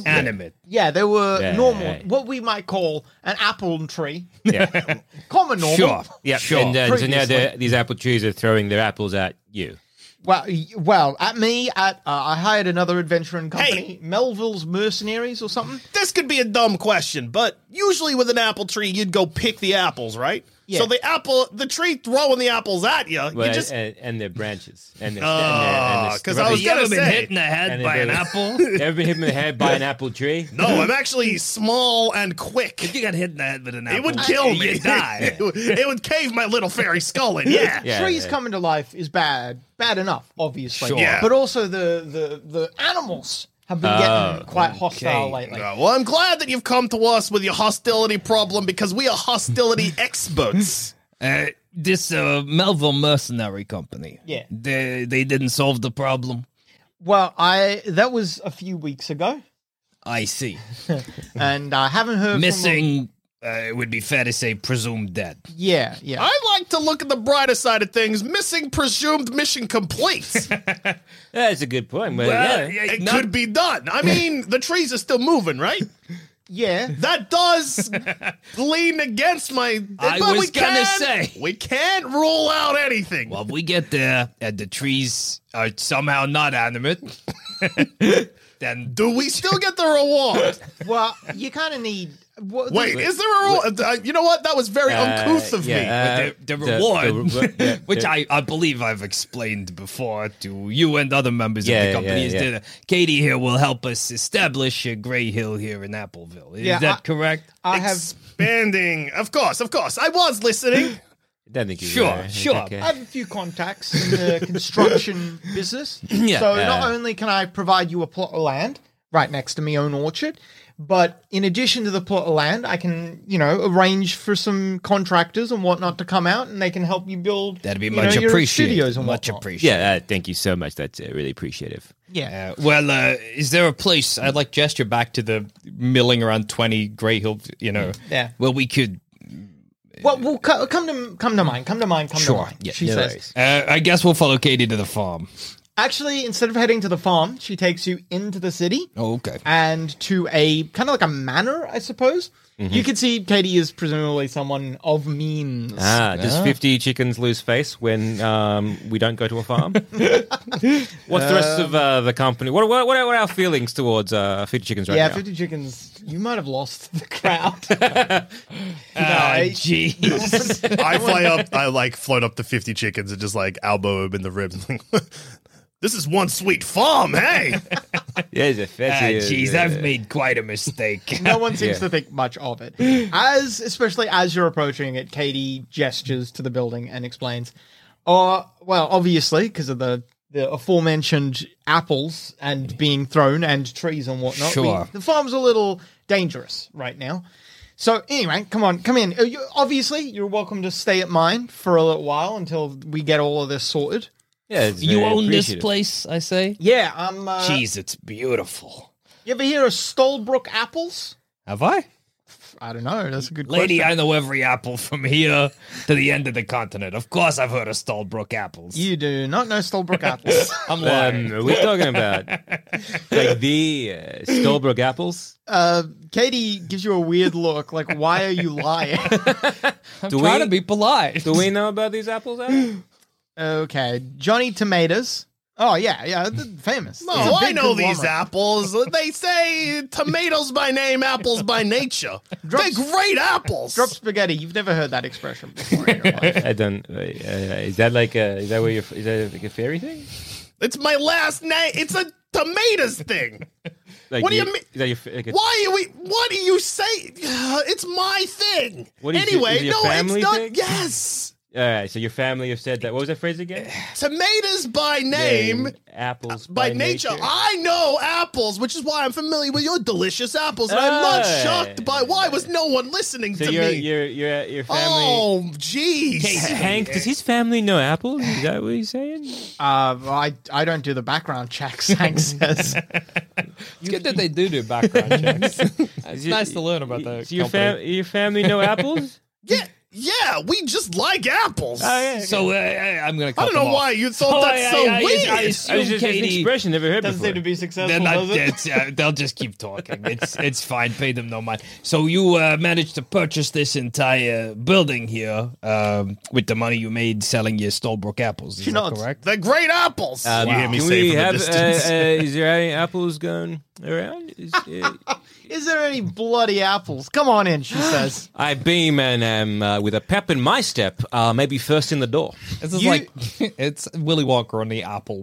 Speaker 5: animate.
Speaker 3: Yeah, they were
Speaker 5: Yeah,
Speaker 3: normal,
Speaker 5: yeah, yeah.
Speaker 3: what we might call an apple tree.
Speaker 9: Yeah.
Speaker 3: (laughs) Common normal.
Speaker 9: Yeah. And uh, so now the,
Speaker 3: Previously.
Speaker 9: these apple trees are throwing their apples at you.
Speaker 3: Well, y- well, at me, at uh, I hired another adventuring company, Melville's Mercenaries or something.
Speaker 8: This could be a dumb question, but usually with an apple tree, you'd go pick the apples, right?
Speaker 3: Yeah.
Speaker 8: So the apple, the tree throwing the apples at you,
Speaker 9: Well,
Speaker 8: you just
Speaker 9: and, and their branches. And their,
Speaker 8: Ah, 'cause I was You ever gonna been say- hit in the head
Speaker 9: And
Speaker 8: by
Speaker 9: their-
Speaker 8: an apple?
Speaker 9: You (laughs) ever been hit in the head by an apple tree?
Speaker 8: no. I'm actually small and quick. If
Speaker 5: you got hit in the head with an
Speaker 8: it would
Speaker 3: apple,
Speaker 8: kill
Speaker 3: you
Speaker 8: me.
Speaker 3: die.
Speaker 8: it, would, (laughs) it would cave my little fairy skull in. Yeah,
Speaker 3: trees coming to life is bad, bad enough, obviously.
Speaker 8: Sure. Yeah.
Speaker 3: But also the the the animals have been
Speaker 8: Oh,
Speaker 3: getting quite hostile lately.
Speaker 8: Uh, well, I'm glad that you've come to us with your hostility problem because we are hostility (laughs) experts.
Speaker 5: Uh, this uh, Melville Mercenary Company.
Speaker 3: Yeah.
Speaker 5: They, they didn't solve the problem.
Speaker 3: Well, I that was a few weeks ago,
Speaker 5: I see.
Speaker 3: (laughs) and I haven't heard from-
Speaker 5: Missing, uh, it would be fair to say, presumed
Speaker 3: (laughs)
Speaker 5: dead.
Speaker 3: Yeah, yeah.
Speaker 8: I like to look at the brighter side of things. Missing presumed mission complete.
Speaker 9: That's a good point. Well,
Speaker 8: Well,
Speaker 9: yeah.
Speaker 8: it could be done. I mean, the trees are still moving, right?
Speaker 3: Yeah.
Speaker 8: That does lean against my.
Speaker 5: I
Speaker 8: but
Speaker 5: was
Speaker 8: we
Speaker 5: gonna
Speaker 8: can't-
Speaker 5: say.
Speaker 8: We can't rule out anything.
Speaker 5: Well, if we get there and the trees are somehow
Speaker 3: (laughs)
Speaker 5: not animate, (laughs) then.
Speaker 8: Do we still get the reward?
Speaker 3: well, you kind of need. What,
Speaker 8: Wait, is there a reward? Uh, you know what? That was very
Speaker 5: Uh,
Speaker 8: uncouth of me.
Speaker 9: uh,
Speaker 5: But the, the reward, (laughs) which I, I believe I've explained before to you and other members
Speaker 9: Yeah,
Speaker 5: of
Speaker 9: yeah,
Speaker 5: the company, is
Speaker 9: yeah.
Speaker 5: that uh, Katie here will help us establish a Grey Hill here in Appleville. Is
Speaker 8: Yeah,
Speaker 5: that
Speaker 8: I-
Speaker 5: correct?
Speaker 3: I
Speaker 8: have expanding. Of course, of course. I was listening.
Speaker 5: Sure,
Speaker 9: uh,
Speaker 5: sure.
Speaker 3: I have a few contacts in the construction business.
Speaker 5: (clears throat) Yeah.
Speaker 3: so
Speaker 5: Yeah.
Speaker 3: not only can I provide you a plot of land right next to me own orchard, but in addition to the plot of land, I can, you know, arrange for some contractors and whatnot to come out and they can help you build
Speaker 5: That'd be
Speaker 3: you
Speaker 5: much
Speaker 3: know, your
Speaker 5: appreciated.
Speaker 3: studios and
Speaker 5: much
Speaker 3: whatnot.
Speaker 5: appreciated.
Speaker 9: Yeah, uh, thank you so much. That's uh, really appreciative.
Speaker 3: Yeah.
Speaker 5: well, uh, is there a place I'd like gesture back to the milling around twenty Grey Hill? You know,
Speaker 3: Mm, Yeah.
Speaker 5: Well, we could.
Speaker 3: Well, well co- come to come to mind, come to mind, come to mind.
Speaker 5: Yeah,
Speaker 3: she
Speaker 5: no
Speaker 3: says.
Speaker 5: worries. Uh, I guess we'll follow Katie to the farm.
Speaker 3: Actually, instead of heading to the farm, she takes you into the city.
Speaker 5: Oh, okay.
Speaker 3: And to a kind of like a manor, I suppose.
Speaker 9: Mhm.
Speaker 5: Mm-hmm.
Speaker 3: You can see Katie is presumably someone of means.
Speaker 9: Ah, does 50 chickens lose face when um, we don't go to a farm? What's the rest of uh, the company? What, what, what, are, what are our feelings towards uh, 50 chickens right
Speaker 3: yeah,
Speaker 9: now?
Speaker 3: 50 chickens. You might have lost the
Speaker 9: (laughs)
Speaker 3: crowd. (laughs)
Speaker 5: Ah,
Speaker 3: No, (laughs)
Speaker 5: jeez.
Speaker 12: I fly up, I like float up to 50 chickens and just like elbow him in the
Speaker 8: (laughs)
Speaker 12: ribs. this is one sweet farm,
Speaker 3: (laughs)
Speaker 12: hey?
Speaker 9: (laughs) yeah, it's a uh,
Speaker 5: Ah, jeez, I've made quite a mistake. (laughs)
Speaker 3: no one
Speaker 9: (laughs)
Speaker 3: seems to think much of it. As especially as you're approaching it, Katie gestures to the building and explains, "Oh, well, obviously because of the the aforementioned apples and being thrown and trees and whatnot. we-
Speaker 5: Sure.
Speaker 3: the farm's a little dangerous right now." So anyway, come on, come in. Uh, You, obviously, you're welcome to stay at mine for a little while until we get all of this sorted.
Speaker 9: Yeah,
Speaker 5: you own this place, I say?
Speaker 3: Yeah, I'm. Uh,
Speaker 5: Jeez, it's beautiful.
Speaker 3: You ever hear of Stolbrook apples?
Speaker 5: Have I?
Speaker 3: I don't know. That's a good
Speaker 5: Lady,
Speaker 3: question.
Speaker 5: I know every apple from here to the end of the continent. Of course, I've heard of Stallbrook apples.
Speaker 3: You do not know Stolbrook apples.
Speaker 5: I'm
Speaker 9: Um,
Speaker 5: lying.
Speaker 9: are we
Speaker 5: (laughs)
Speaker 9: talking about like the uh, Stolbrook apples?
Speaker 3: Uh, Katie gives you a weird look, like, why are you
Speaker 9: (laughs)
Speaker 3: lying?
Speaker 5: I'm
Speaker 9: Do trying we- to be
Speaker 5: polite.
Speaker 9: Do we know about these apples? Adam?
Speaker 3: (gasps) okay, Johnny Tomatoes. Oh yeah, yeah, th- famous.
Speaker 8: No,
Speaker 3: It's a
Speaker 8: I
Speaker 3: big
Speaker 8: know these
Speaker 3: conglomerate.
Speaker 8: apples. They say tomatoes by name, apples by nature. They're great apples.
Speaker 3: Drop spaghetti. You've never heard that expression.
Speaker 8: (laughs)
Speaker 9: Oh, I don't. Uh, is that like a? Is that where you're? Is that like a fairy thing?
Speaker 8: It's my last name. It's a tomatoes thing.
Speaker 9: Like
Speaker 8: What do you
Speaker 9: you-
Speaker 8: mean-
Speaker 9: Is that your, fa- like a-
Speaker 8: Why are we? What do you say? (sighs) It's my thing.
Speaker 9: What is it-
Speaker 8: anyway,
Speaker 9: is it your
Speaker 8: no,
Speaker 9: family
Speaker 8: it's not.
Speaker 9: thing?
Speaker 8: Yes,
Speaker 9: All right, so your family have said that. What was that phrase again?
Speaker 8: tomatoes by (sighs) name.
Speaker 9: apples
Speaker 8: By, nature. I know apples, which is why I'm familiar with your delicious apples, and I'm not
Speaker 9: Ah.
Speaker 8: shocked by why was no one listening
Speaker 9: So
Speaker 8: to
Speaker 9: your
Speaker 8: me.
Speaker 9: your your your family.
Speaker 8: Oh, jeez.
Speaker 9: Hank, does his family know apples? Is that what he's saying?
Speaker 3: Uh, well, I I don't do the background checks. Hank says.
Speaker 6: It's good that they do
Speaker 3: (laughs)
Speaker 6: do background checks. It's
Speaker 9: your-
Speaker 6: nice to learn about that.
Speaker 9: Does your fam-
Speaker 6: company.
Speaker 9: your family
Speaker 5: (laughs)
Speaker 9: know apples?
Speaker 8: Yeah, yeah, we just like apples.
Speaker 5: So uh, I- I'm gonna. Cut
Speaker 8: I don't know
Speaker 5: them off. Oh,
Speaker 8: why you thought that's so
Speaker 5: I,
Speaker 8: weird.
Speaker 5: I, I,
Speaker 8: I was
Speaker 5: assume
Speaker 9: just- it's an
Speaker 5: Katie,
Speaker 9: expression never heard Doesn't seem before. to
Speaker 3: be successful,
Speaker 5: They're not,
Speaker 3: does it?
Speaker 5: it's, uh, they'll just keep talking. It's it's fine. Pay them no mind. So you uh, managed to purchase this entire building here um, with the money you made selling your Stolbrook apples. Is that correct?
Speaker 8: They're great apples.
Speaker 9: Um,
Speaker 5: You hear me
Speaker 9: can
Speaker 5: say
Speaker 9: we
Speaker 5: from the
Speaker 9: have, uh,
Speaker 5: distance.
Speaker 9: uh, is there any apples going around? Is,
Speaker 8: (laughs)
Speaker 9: uh,
Speaker 3: Is there any bloody apples? Come on in, she says.
Speaker 9: I beam and am uh, with a pep in my step, uh, maybe first in the door.
Speaker 5: This is like (laughs) it's Willy Wonka on the Apple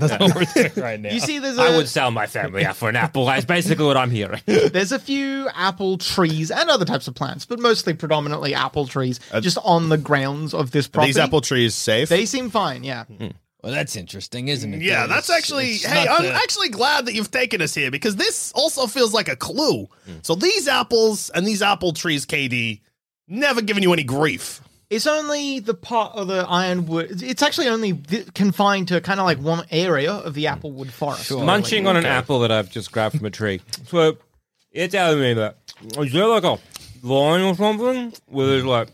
Speaker 9: (laughs)
Speaker 5: (laughs) That's what we're doing right now.
Speaker 3: You see, there's
Speaker 9: I
Speaker 3: a-
Speaker 9: would sell my family out for an apple. That's basically what I'm
Speaker 5: (laughs)
Speaker 9: hearing.
Speaker 3: There's a few apple trees and other types of plants, but mostly predominantly apple trees, just on the grounds of
Speaker 12: Uh,
Speaker 3: this
Speaker 12: Are
Speaker 3: property.
Speaker 12: these apple trees safe?
Speaker 3: They seem fine. Yeah.
Speaker 5: Well, that's interesting, isn't it?
Speaker 8: Yeah,
Speaker 5: though?
Speaker 8: that's
Speaker 5: It's-
Speaker 8: actually.
Speaker 5: it's
Speaker 8: hey,
Speaker 5: not
Speaker 8: I'm
Speaker 5: the-
Speaker 8: actually glad that you've taken us here because this also feels like a clue. So these apples and these apple trees, KD, never giving you any grief.
Speaker 3: It's only the part of the ironwood. It's actually only th- confined to kind of like one area of the applewood forest.
Speaker 9: Munching on an
Speaker 3: Okay.
Speaker 9: apple that I've just grabbed from a tree. So you're telling me that is there like a line or something where there's like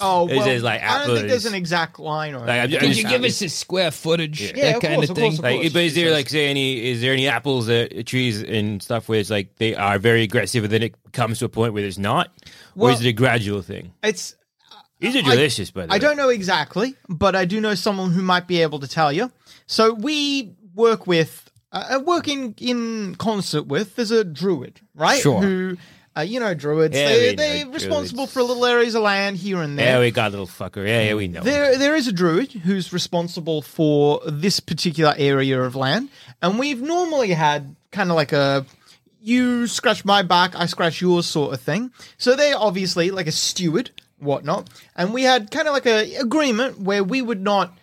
Speaker 3: Oh,
Speaker 9: It
Speaker 3: well,
Speaker 9: says, like,
Speaker 3: I don't think there's
Speaker 9: apples.
Speaker 3: an exact line or
Speaker 9: Like, I'm
Speaker 3: anything.
Speaker 9: just-
Speaker 5: Could you give us a square footage?
Speaker 9: Yeah.
Speaker 5: that kind of, thing.
Speaker 9: Like, but is there like say any is there any apples that trees and stuff where it's like they are very aggressive and then it comes to a point where there's not, or
Speaker 3: Well-
Speaker 9: is it a gradual thing?
Speaker 3: It's
Speaker 9: These are
Speaker 3: I-
Speaker 9: delicious, by the
Speaker 3: I
Speaker 9: way.
Speaker 3: don't know exactly, but I do know someone who might be able to tell you. So we work with, uh, uh, work in, in concert with, there's a druid, right?
Speaker 9: Sure.
Speaker 3: Who, uh, you know, druids,
Speaker 9: Yeah,
Speaker 3: they,
Speaker 9: we know
Speaker 3: they're responsible for little areas of land here and there.
Speaker 9: Yeah, we got a little fucker. Yeah, yeah, we know.
Speaker 3: There, there is a druid who's responsible for this particular area of land, and we've normally had kind of like a you scratch my back, I scratch yours sort of thing. So they're obviously like a steward, whatnot, and we had kind of like a agreement where we would not,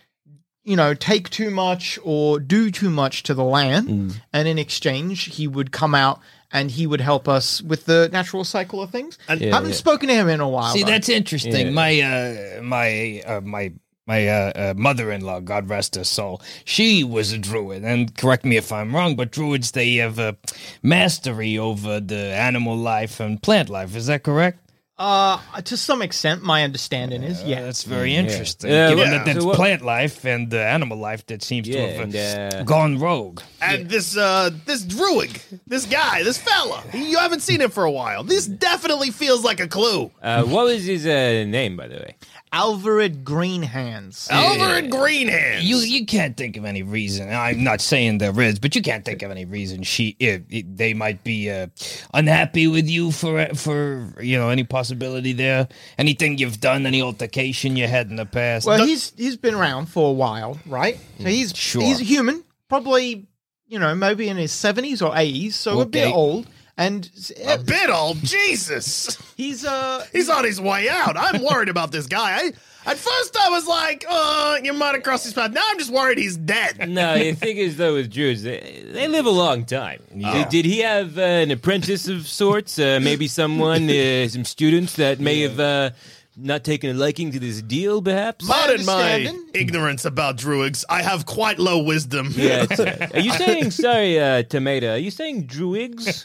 Speaker 3: you know, take too much or do too much to the land, and in exchange he would come out and he would help us with the natural cycle of things. And
Speaker 5: Yeah,
Speaker 3: haven't
Speaker 5: yeah.
Speaker 3: spoken to him in a while.
Speaker 5: See,
Speaker 3: though.
Speaker 5: that's interesting. My uh, my uh, my my uh, uh, mother-in-law, God rest her soul, she was a druid. And correct me if I'm wrong, but druids they have a mastery over the animal life and plant life. Is that correct?
Speaker 3: Uh, to some extent, my understanding is yeah.
Speaker 5: That's very interesting.
Speaker 6: Yeah. Yeah.
Speaker 5: Given that that's
Speaker 6: So what-
Speaker 5: plant life and uh, animal life that seems
Speaker 6: Yeah,
Speaker 5: to
Speaker 6: and,
Speaker 5: have uh,
Speaker 6: uh,
Speaker 5: gone rogue.
Speaker 8: And this uh this druid, this guy, this fella, you haven't seen him for a while. This definitely feels like a clue.
Speaker 9: Uh, what was his uh, name, by the way?
Speaker 3: Alvared Greenhands.
Speaker 8: Alvared Greenhands.
Speaker 5: You you can't think of any reason. I'm not saying there is, but you can't think of any reason she if, if they might be uh, unhappy with you for for you know any possibility there, anything you've done, any altercation you had in the past.
Speaker 3: Well, he's he's been around for a while, right?
Speaker 8: Hmm,
Speaker 3: So he's
Speaker 5: Sure.
Speaker 3: he's human, probably you know maybe in his seventies or eighties, so a bit
Speaker 8: Okay.
Speaker 3: old. And uh,
Speaker 8: A bit old, Jesus.
Speaker 3: He's uh
Speaker 8: he's on his way out. I'm worried about this guy. I at first I was like, uh, you might have crossed his path. Now I'm just worried he's dead.
Speaker 9: No, the thing is though with Druids, they, they live a long time.
Speaker 3: Oh.
Speaker 9: Did, did he have uh, an apprentice of sorts? Uh, maybe someone, uh, some students that may have uh, not taken a liking to this deal, perhaps.
Speaker 8: Pardon my ignorance about druids. I have quite low wisdom.
Speaker 9: Yeah.
Speaker 8: (laughs)
Speaker 9: it's, uh, are you saying sorry, uh, Tomato? Are you saying druids?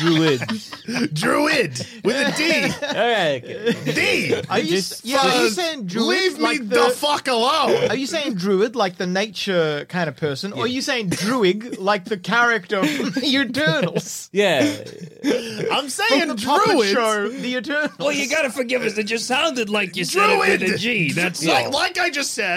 Speaker 9: druids.
Speaker 8: Druid with a D.
Speaker 9: All right. okay.
Speaker 8: D.
Speaker 3: (laughs) Are you,
Speaker 9: Just-
Speaker 3: yeah, are you
Speaker 9: Uh,
Speaker 3: saying druid?
Speaker 8: leave me
Speaker 3: like
Speaker 8: the fuck alone.
Speaker 3: (laughs) Are you saying druid like the nature kind of person, or are you saying druid like the character from (laughs) the
Speaker 8: (laughs)
Speaker 3: Eternals?
Speaker 9: Yeah.
Speaker 3: From
Speaker 8: I'm
Speaker 3: the
Speaker 8: saying
Speaker 3: puppet
Speaker 8: druids.
Speaker 3: show, the Eternals.
Speaker 5: Well, you gotta forgive us. It just sounded like you said it
Speaker 8: Druid.
Speaker 5: with a G. That's
Speaker 8: like,
Speaker 5: all.
Speaker 8: like I just said.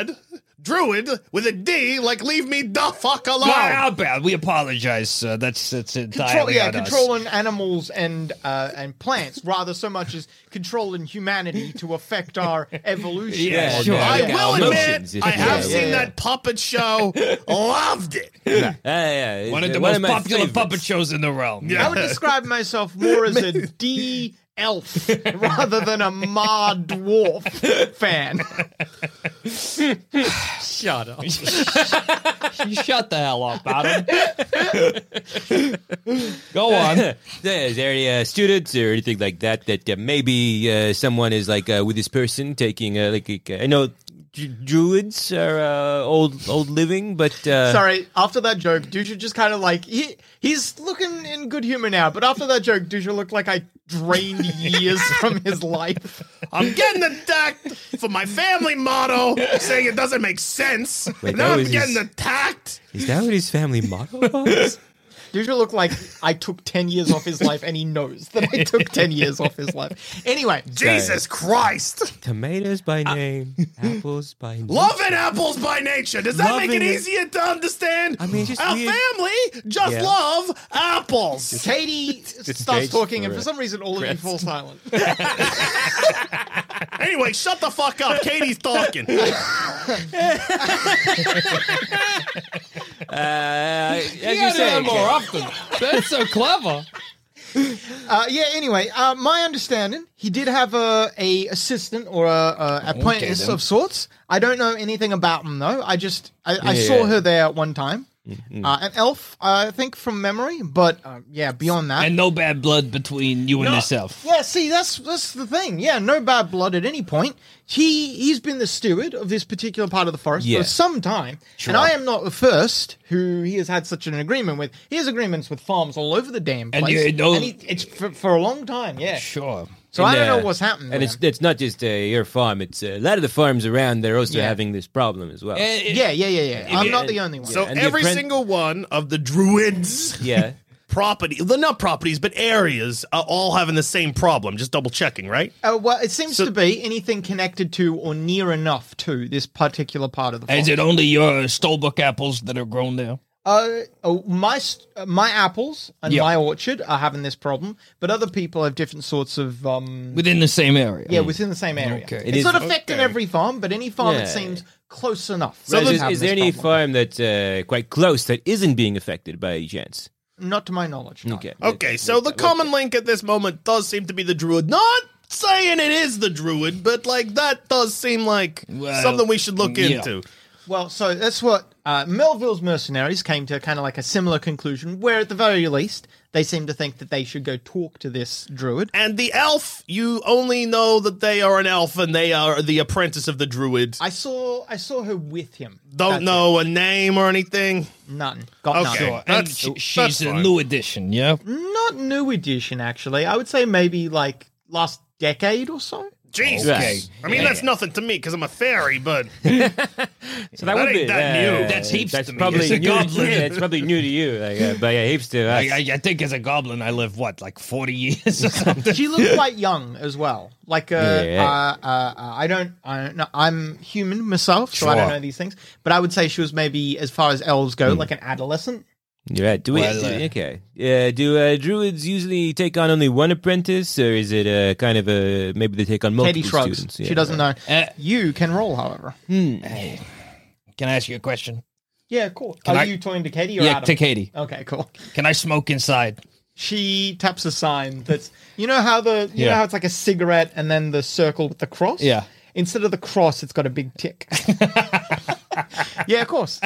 Speaker 8: Druid with a D. Like leave me the fuck alone.
Speaker 5: Well, our bad. We apologize. Uh, that's that's entirely
Speaker 3: Control, yeah,
Speaker 5: on us.
Speaker 3: controlling animals and uh, and plants rather so much as controlling humanity to affect our evolution.
Speaker 5: Yeah, Yeah, sure.
Speaker 8: I
Speaker 5: Yeah,
Speaker 8: will
Speaker 5: emotions.
Speaker 8: admit, I have
Speaker 3: Yeah,
Speaker 8: seen
Speaker 3: yeah.
Speaker 8: that puppet show. Loved it.
Speaker 9: Yeah, yeah.
Speaker 5: One
Speaker 9: it's,
Speaker 5: of
Speaker 9: uh,
Speaker 5: the most
Speaker 9: my
Speaker 5: popular
Speaker 9: favorites.
Speaker 5: puppet shows in the realm.
Speaker 3: I would describe myself more as a D elf rather than a ma dwarf
Speaker 5: (laughs)
Speaker 3: fan.
Speaker 5: Shut (laughs) up. Shut the hell up, Adam. Go
Speaker 9: on. is (laughs) there any uh, students or anything like that that uh, maybe uh, someone is like uh, with this person taking uh, like uh, I know d- druids are uh, old old living, but uh,
Speaker 3: Sorry, after that joke, Dusha just kind of like he he's looking in good humor now, but after that joke, Dusha looked like I drained years from his life.
Speaker 8: (laughs) I'm getting attacked for my family motto, saying it doesn't make sense.
Speaker 9: Wait,
Speaker 8: now
Speaker 9: that
Speaker 8: I'm
Speaker 9: was
Speaker 8: getting
Speaker 9: his-
Speaker 8: attacked.
Speaker 9: is that what his family
Speaker 3: (laughs)
Speaker 9: motto was?
Speaker 3: Dusha looked like I took ten years off his life, and he knows that I took ten years off his life. Anyway,
Speaker 8: (laughs) Jesus Christ!
Speaker 9: Tomatoes by
Speaker 3: Ah.
Speaker 9: name, apples by name.
Speaker 8: Loving apples by nature. Does that make
Speaker 9: Loving
Speaker 8: it
Speaker 9: it.
Speaker 8: easier to understand? I mean,
Speaker 9: just
Speaker 8: our
Speaker 9: weird-
Speaker 8: family just
Speaker 9: Yeah.
Speaker 8: love apples.
Speaker 3: Katie starts talking, and for some reason, all of you
Speaker 8: Chris.
Speaker 3: fall silent.
Speaker 9: (laughs)
Speaker 8: Anyway, shut the fuck up. Katie's talking.
Speaker 9: Uh,
Speaker 5: You gotta do that more often. That's so clever.
Speaker 3: (laughs) Uh, yeah. Anyway, uh, my understanding, he did have a, a assistant or a, a apprentice
Speaker 5: then.
Speaker 3: of sorts. I don't know anything about him though. I just I, I
Speaker 9: Yeah. Hmm.
Speaker 3: saw her there one time, uh, an elf, I think from memory. But um, yeah, beyond that,
Speaker 5: And no bad blood between you and
Speaker 3: No.
Speaker 5: yourself.
Speaker 3: yeah. See, that's that's the thing. Yeah, no bad blood at any point. He he's been the steward of this particular part of the forest
Speaker 5: Yeah.
Speaker 3: for some time,
Speaker 5: Sure.
Speaker 3: and I am not the first who he has had such an agreement with. He has agreements with farms all over the damn
Speaker 5: And
Speaker 3: place,
Speaker 5: you know-
Speaker 3: and he, it's for, for a long time. Yeah,
Speaker 5: Sure.
Speaker 3: So I
Speaker 9: And,
Speaker 3: don't know
Speaker 9: uh,
Speaker 3: what's happening.
Speaker 9: And
Speaker 3: with
Speaker 9: it's it's not just uh, your farm; it's uh, a lot of the farms around. They're also
Speaker 3: Yeah. Eh,
Speaker 9: having this problem as well.
Speaker 3: him. yeah, yeah, yeah, yeah. I'm not the only one.
Speaker 8: So
Speaker 9: and the
Speaker 8: every
Speaker 9: appren-
Speaker 8: single one of the druids.
Speaker 9: Yeah.
Speaker 8: (laughs) Property, well, not properties, but areas are all having the same problem. Just double checking, right?
Speaker 3: Uh, well, it seems to be anything connected to or near enough to this particular part of the.
Speaker 5: Is
Speaker 3: forest.
Speaker 5: it only your Stolbuck apples that are grown there?
Speaker 3: Uh, oh, my st- uh, my apples and
Speaker 5: Yeah.
Speaker 3: my orchard are having this problem, but other people have different sorts of um.
Speaker 5: Within the same area.
Speaker 3: yeah, within the same area.
Speaker 5: Okay.
Speaker 9: It
Speaker 3: It's
Speaker 9: is-
Speaker 3: not affecting
Speaker 9: okay.
Speaker 3: every farm, but any farm
Speaker 9: Yeah.
Speaker 3: it seems close enough.
Speaker 9: So
Speaker 3: that's
Speaker 9: is,
Speaker 3: having
Speaker 9: is there
Speaker 3: this
Speaker 9: any
Speaker 3: problem.
Speaker 9: farm that's uh, quite close that isn't being affected by any chance?
Speaker 3: Not to my knowledge. no.
Speaker 9: Okay.
Speaker 8: Okay, so the common link at this moment does seem to be the druid. Not saying it is the druid, but like that does seem like something we should look
Speaker 3: yeah.
Speaker 8: into.
Speaker 3: Well, so that's what uh, Melville's mercenaries came to kind of like a similar conclusion, where at the very least, they seem to think that they should go talk to this druid.
Speaker 8: And the elf, you only know that they are an elf and they are the apprentice of the druid.
Speaker 3: I saw I saw her with him.
Speaker 8: Don't
Speaker 3: That's
Speaker 8: know a name or anything.
Speaker 3: None. Got
Speaker 8: Okay,
Speaker 3: none.
Speaker 5: And
Speaker 8: that's-
Speaker 5: sh-
Speaker 8: that's
Speaker 5: she's a
Speaker 8: fine.
Speaker 5: new addition, yeah?
Speaker 3: Not new edition, actually. I would say maybe like last decade or so.
Speaker 12: Jesus. I mean, that's nothing to me because I'm a fairy,
Speaker 9: (laughs)
Speaker 12: but so
Speaker 9: So that, would
Speaker 12: ain't
Speaker 9: be
Speaker 12: that
Speaker 9: uh,
Speaker 12: new.
Speaker 9: That's probably
Speaker 5: It's a
Speaker 9: new.
Speaker 5: goblin.
Speaker 9: Yeah, it's probably new to you. Like, uh, but yeah, hipster.
Speaker 5: I,
Speaker 9: us.
Speaker 5: I, I think as a goblin, I live what like forty years (laughs) or something.
Speaker 3: she looked quite young as well. Like, uh,
Speaker 5: Yeah.
Speaker 3: uh, uh, uh, I don't, I don't know. I'm human myself, so I don't
Speaker 9: Sure.
Speaker 3: know these things. But I would say she was maybe, as far as elves go,
Speaker 5: Hmm.
Speaker 3: like an adolescent.
Speaker 9: You're right. Do we?
Speaker 3: Well,
Speaker 9: do-
Speaker 3: uh,
Speaker 9: okay. Yeah. Do uh, druids usually take on only one apprentice, or is it uh, kind of a maybe they take on multiple
Speaker 3: Katie shrugs.
Speaker 9: students? Yeah.
Speaker 3: She doesn't know.
Speaker 5: Uh,
Speaker 3: you can roll, however.
Speaker 9: Hmm.
Speaker 5: Can I ask you a question?
Speaker 3: Yeah, of course.
Speaker 5: Can
Speaker 3: Are
Speaker 5: I-
Speaker 3: you talking to Katie or
Speaker 5: Yeah,
Speaker 3: Adam?
Speaker 5: to Katie.
Speaker 3: Okay, cool.
Speaker 5: Can I smoke inside?
Speaker 3: She taps a sign that's you know how the you
Speaker 5: Yeah.
Speaker 3: know how it's like a cigarette and then the circle with the cross.
Speaker 5: Yeah.
Speaker 3: Instead of the cross, it's got a big tick. yeah, of course.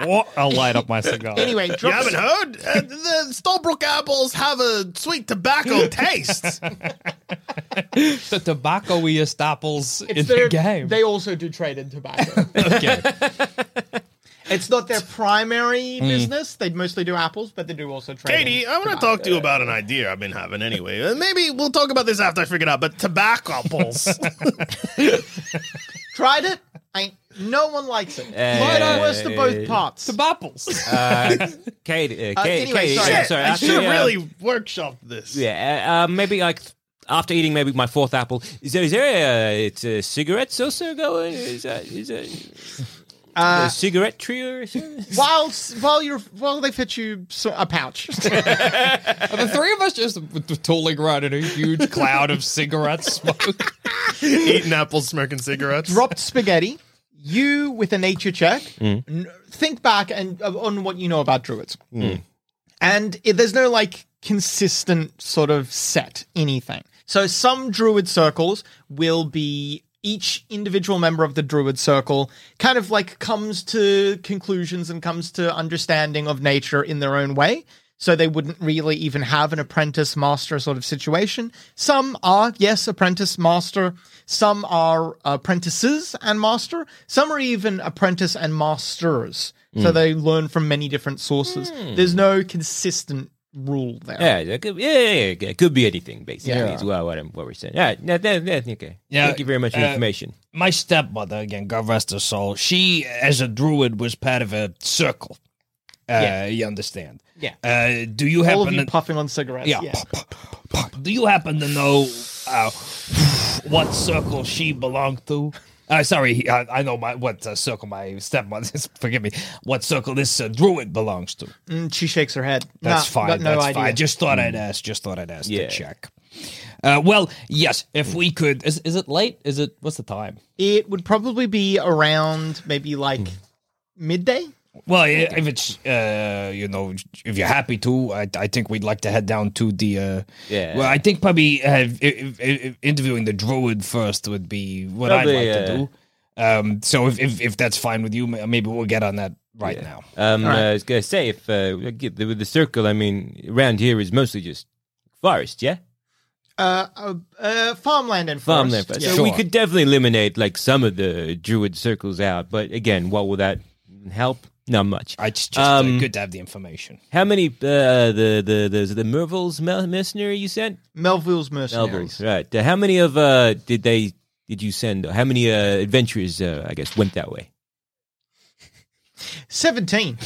Speaker 5: what? Oh, I'll light up
Speaker 9: (laughs)
Speaker 5: my cigar.
Speaker 3: Anyway,
Speaker 12: you
Speaker 3: drop-
Speaker 12: haven't heard? Uh, the Stallbrook apples have a sweet tobacco taste.
Speaker 5: the tobacco-iest apples in
Speaker 3: It's
Speaker 5: the
Speaker 3: their-
Speaker 5: game.
Speaker 3: They also do trade in tobacco. (laughs) It's not their primary
Speaker 12: Mm.
Speaker 3: business. They mostly do apples, but they do also trade.
Speaker 12: Katie, I want to talk to you about an idea I've been having anyway. Uh, maybe we'll talk about this after I figure it out, but tobacco apples.
Speaker 3: Tried it. I no one likes it.
Speaker 9: Eh,
Speaker 3: Mine are worse than both
Speaker 9: eh,
Speaker 3: parts. The
Speaker 5: apples.
Speaker 9: Uh, (laughs) Katie, uh,
Speaker 3: Uh,
Speaker 9: Katie,
Speaker 3: anyway,
Speaker 9: Katie,
Speaker 3: sorry.
Speaker 9: yeah,
Speaker 3: Shit,
Speaker 9: sorry.
Speaker 3: I
Speaker 9: after,
Speaker 3: should've
Speaker 9: uh,
Speaker 12: really workshop this.
Speaker 9: Yeah, uh, uh, maybe like after eating maybe my fourth apple. Is there, is there a, it's a cigarettes also going? Is that is that
Speaker 3: Uh,
Speaker 9: a cigarette tree or something?
Speaker 3: while while you're while they fit you so, a pouch.
Speaker 5: Are the three of us just tooling around in a huge cloud of cigarette smoke?
Speaker 12: Eating apples, smoking cigarettes.
Speaker 3: dropped spaghetti. You with a nature check.
Speaker 12: Mm.
Speaker 3: N-
Speaker 12: (laughs)
Speaker 3: think back and uh, on what you know about druids,
Speaker 12: Mm.
Speaker 3: and it, there's no like consistent sort of set anything. So some druid circles will be each individual member of the druid circle kind of like comes to conclusions and comes to understanding of nature in their own way. So they wouldn't really even have an apprentice master sort of situation. Some are, yes, apprentice master. Some are apprentices and master. Some are even apprentice and masters. So
Speaker 9: Mm.
Speaker 3: they learn from many different sources.
Speaker 9: Hmm.
Speaker 3: There's no consistent rule there.
Speaker 9: Yeah, that could, yeah, yeah, yeah, it could be anything basically.
Speaker 3: Yeah.
Speaker 9: Is what, what, I'm, what we're saying. All right, yeah, that, that, okay.
Speaker 5: Yeah,
Speaker 9: Thank you very much for the
Speaker 5: uh,
Speaker 9: information.
Speaker 5: My stepmother, again, God rest her soul, she, as a druid, was part of a circle. Uh,
Speaker 3: Yeah.
Speaker 5: You understand?
Speaker 3: Yeah.
Speaker 5: Uh, do you happen
Speaker 3: All of you
Speaker 5: to,
Speaker 3: puffing on cigarettes.
Speaker 5: Yeah,
Speaker 3: Yeah.
Speaker 5: do you happen to know uh, what circle she belonged to? Uh, sorry, I, I know my what uh, circle my stepmother (laughs) is. Forgive me. What circle this uh, druid belongs to?
Speaker 3: Mm, she shakes her head.
Speaker 5: That's
Speaker 3: Nah,
Speaker 5: fine.
Speaker 3: got no
Speaker 5: that's
Speaker 3: idea. Mm.
Speaker 5: fine. Just thought I'd ask. Just thought I'd ask
Speaker 3: Yeah.
Speaker 5: to check. Uh, well, yes. If we could, is, is it late? Is it? What's the time?
Speaker 3: It would probably be around maybe like midday.
Speaker 5: Hmm. Well, yeah, if it's uh, you know, if you're happy to, I, I think we'd like to head down to the. Uh,
Speaker 9: Yeah.
Speaker 5: Well, I think probably uh, if, if, if interviewing the druid first would be what
Speaker 9: Probably,
Speaker 5: I'd like
Speaker 9: yeah.
Speaker 5: to do. Um, so if, if if that's fine with you, ma- maybe we'll get on that right now.
Speaker 9: Um,
Speaker 5: All right.
Speaker 9: uh, I was gonna say if uh, we get the, with the circle, I mean, around here is mostly just forest, yeah,
Speaker 3: Uh, uh, uh, farmland and
Speaker 9: farmland.
Speaker 3: forest.
Speaker 9: Forest.
Speaker 3: Yeah.
Speaker 9: So we could definitely eliminate like some of the druid circles out, but again, what will that help? Not much.
Speaker 5: I just, just uh,
Speaker 9: Um,
Speaker 5: good to have the information. (laughs)
Speaker 9: How many uh, the the the the Merville's mel- mercenary you sent?
Speaker 3: Melville's mercenaries.
Speaker 9: Melville's, right? Uh, how many of uh did they did you send? How many uh, adventurers uh, I guess went that way?
Speaker 3: Seventeen.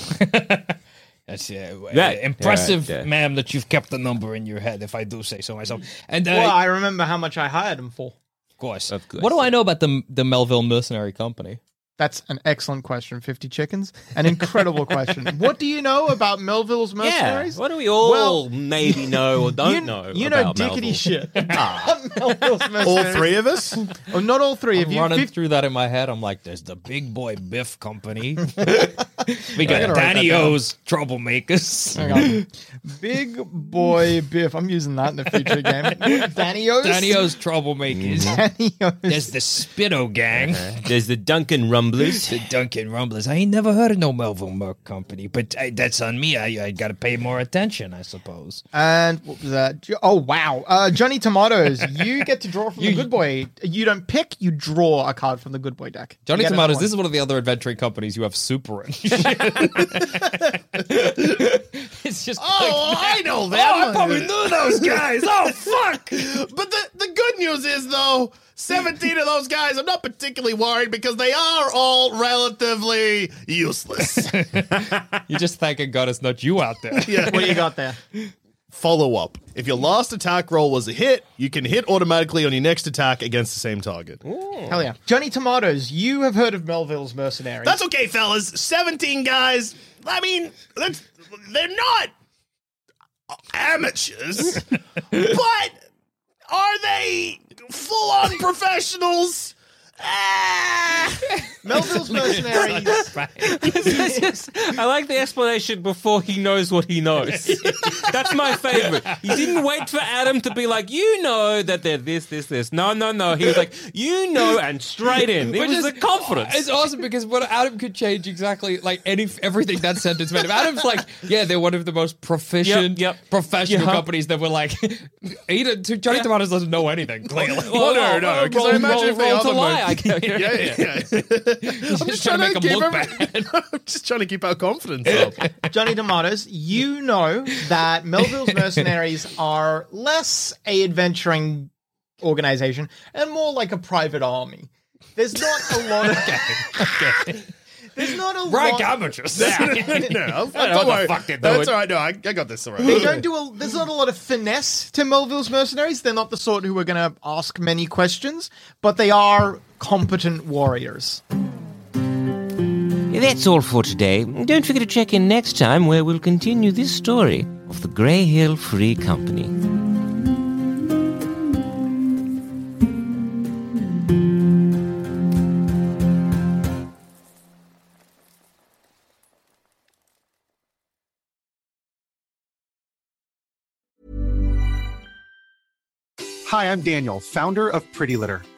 Speaker 5: That's uh,
Speaker 9: Right.
Speaker 5: impressive,
Speaker 9: Right, yeah.
Speaker 5: ma'am, that you've kept the number in your head. If I do say so myself, and uh,
Speaker 3: well, I remember how much I hired him for.
Speaker 5: of course, of
Speaker 3: What do I
Speaker 6: know about the the Melville Mercenary Company?
Speaker 3: That's an excellent question, 50 Chickens. An incredible
Speaker 9: (laughs)
Speaker 3: question. What do you know about Melville's mercenaries?
Speaker 9: What do we all
Speaker 3: Well,
Speaker 9: maybe
Speaker 3: (laughs)
Speaker 9: know or don't
Speaker 3: you,
Speaker 9: know?
Speaker 3: You know
Speaker 9: about
Speaker 3: dickety
Speaker 9: Melville? (laughs)
Speaker 3: shit. about Melville's mercenaries.
Speaker 12: of us?
Speaker 3: Oh, not all three
Speaker 5: I'm
Speaker 3: of you.
Speaker 5: running
Speaker 3: Fif-
Speaker 5: through that in my head. I'm like, there's the Big Boy
Speaker 3: (laughs)
Speaker 5: Biff Company.
Speaker 3: I
Speaker 5: we
Speaker 3: gotta
Speaker 5: got
Speaker 3: write that
Speaker 5: Danny
Speaker 3: down.
Speaker 5: O's Troublemakers.
Speaker 3: Hang
Speaker 5: (laughs)
Speaker 3: on. Big boy Biff. I'm using that in the future game. Danny O's.
Speaker 5: Danny O's Troublemakers. There's the Spitto Gang.
Speaker 3: Uh-huh.
Speaker 9: There's the Duncan Rumblers.
Speaker 5: the Duncan Rumblers. I ain't never heard of no Melville Merc Company, but I, that's on me. I, I got to pay more attention, I suppose.
Speaker 3: (laughs) And what was that? Jo- Oh wow, uh, Johnny Tomatoes, you get to draw from the Good Boy. You don't pick, you draw a card from the Good Boy deck.
Speaker 6: Johnny
Speaker 3: You get
Speaker 6: Tomatoes,
Speaker 3: another
Speaker 6: this is one
Speaker 5: (laughs)
Speaker 6: of the other adventuring companies you have super in.
Speaker 3: one.
Speaker 6: It's just
Speaker 8: Oh,
Speaker 6: like-
Speaker 8: I know them.
Speaker 6: Oh,
Speaker 8: (laughs)
Speaker 6: I probably knew those guys. Oh, fuck.
Speaker 8: But the, the good news is, though, 17 of those guys, I'm not particularly worried because they are all relatively
Speaker 6: (laughs)
Speaker 8: useless.
Speaker 6: You're just thanking God it's not you out there.
Speaker 8: Yeah.
Speaker 3: What do you got there?
Speaker 8: Follow up. If your last attack roll was a hit, you can hit automatically on your next attack against the same target.
Speaker 3: Hell yeah. Johnny Tomatoes, you have heard of Melville's mercenaries.
Speaker 8: That's okay, fellas. 17 guys. I mean, that's, they're not amateurs, but are they full on professionals? Ah.
Speaker 3: Melville's
Speaker 9: (laughs)
Speaker 3: mercenaries.
Speaker 9: It's just- I like the explanation before he knows what he
Speaker 6: (laughs)
Speaker 9: knows. That's my favorite. He didn't wait for Adam to be like, you know that they're this, this, this. No, no, no. He was like, you know, and straight
Speaker 6: (laughs)
Speaker 9: in. It
Speaker 6: Which
Speaker 9: was
Speaker 6: is-
Speaker 9: the confidence.
Speaker 6: It's awesome because what Adam could change exactly like any everything that sentence made. If Adam's like, yeah, they're one of the most proficient professional
Speaker 9: Yeah.
Speaker 6: companies that were like, (laughs) either Johnny Tomatoes doesn't know anything clearly. (laughs)
Speaker 13: Well, no, no,
Speaker 6: roll-
Speaker 13: 'cause I imagine
Speaker 6: roll-
Speaker 13: if they
Speaker 6: roll to
Speaker 13: other
Speaker 6: lie,
Speaker 13: mo-
Speaker 6: I (laughs) guess.
Speaker 13: Yeah, yeah, yeah.
Speaker 6: I'm
Speaker 13: just
Speaker 3: trying to make 'em
Speaker 13: keep
Speaker 3: look
Speaker 13: every- (laughs) I'm just trying to keep our confidence up.
Speaker 3: (laughs) Johnny Tomatoes, you know that Melville's mercenaries are less a adventuring organization and more like a private army. There's not a lot of There's not a
Speaker 6: Right,
Speaker 3: lot
Speaker 8: (laughs)
Speaker 3: (laughs)
Speaker 6: amateurs.
Speaker 13: no, no, no,
Speaker 3: I don't know
Speaker 13: don't
Speaker 3: what the
Speaker 13: worry.
Speaker 3: fuck they're
Speaker 13: That's
Speaker 3: doing.
Speaker 13: all right. No, I, I got this all right.
Speaker 3: They don't do a. There's not a lot of finesse to Melville's mercenaries. They're not the sort who are going to ask many questions, but they are competent warriors.
Speaker 9: (laughs) That's all for today. Don't forget to check in next time where we'll continue this story of the Grey Hill Free Company.
Speaker 14: Hi, I'm Daniel, founder of Pretty Litter.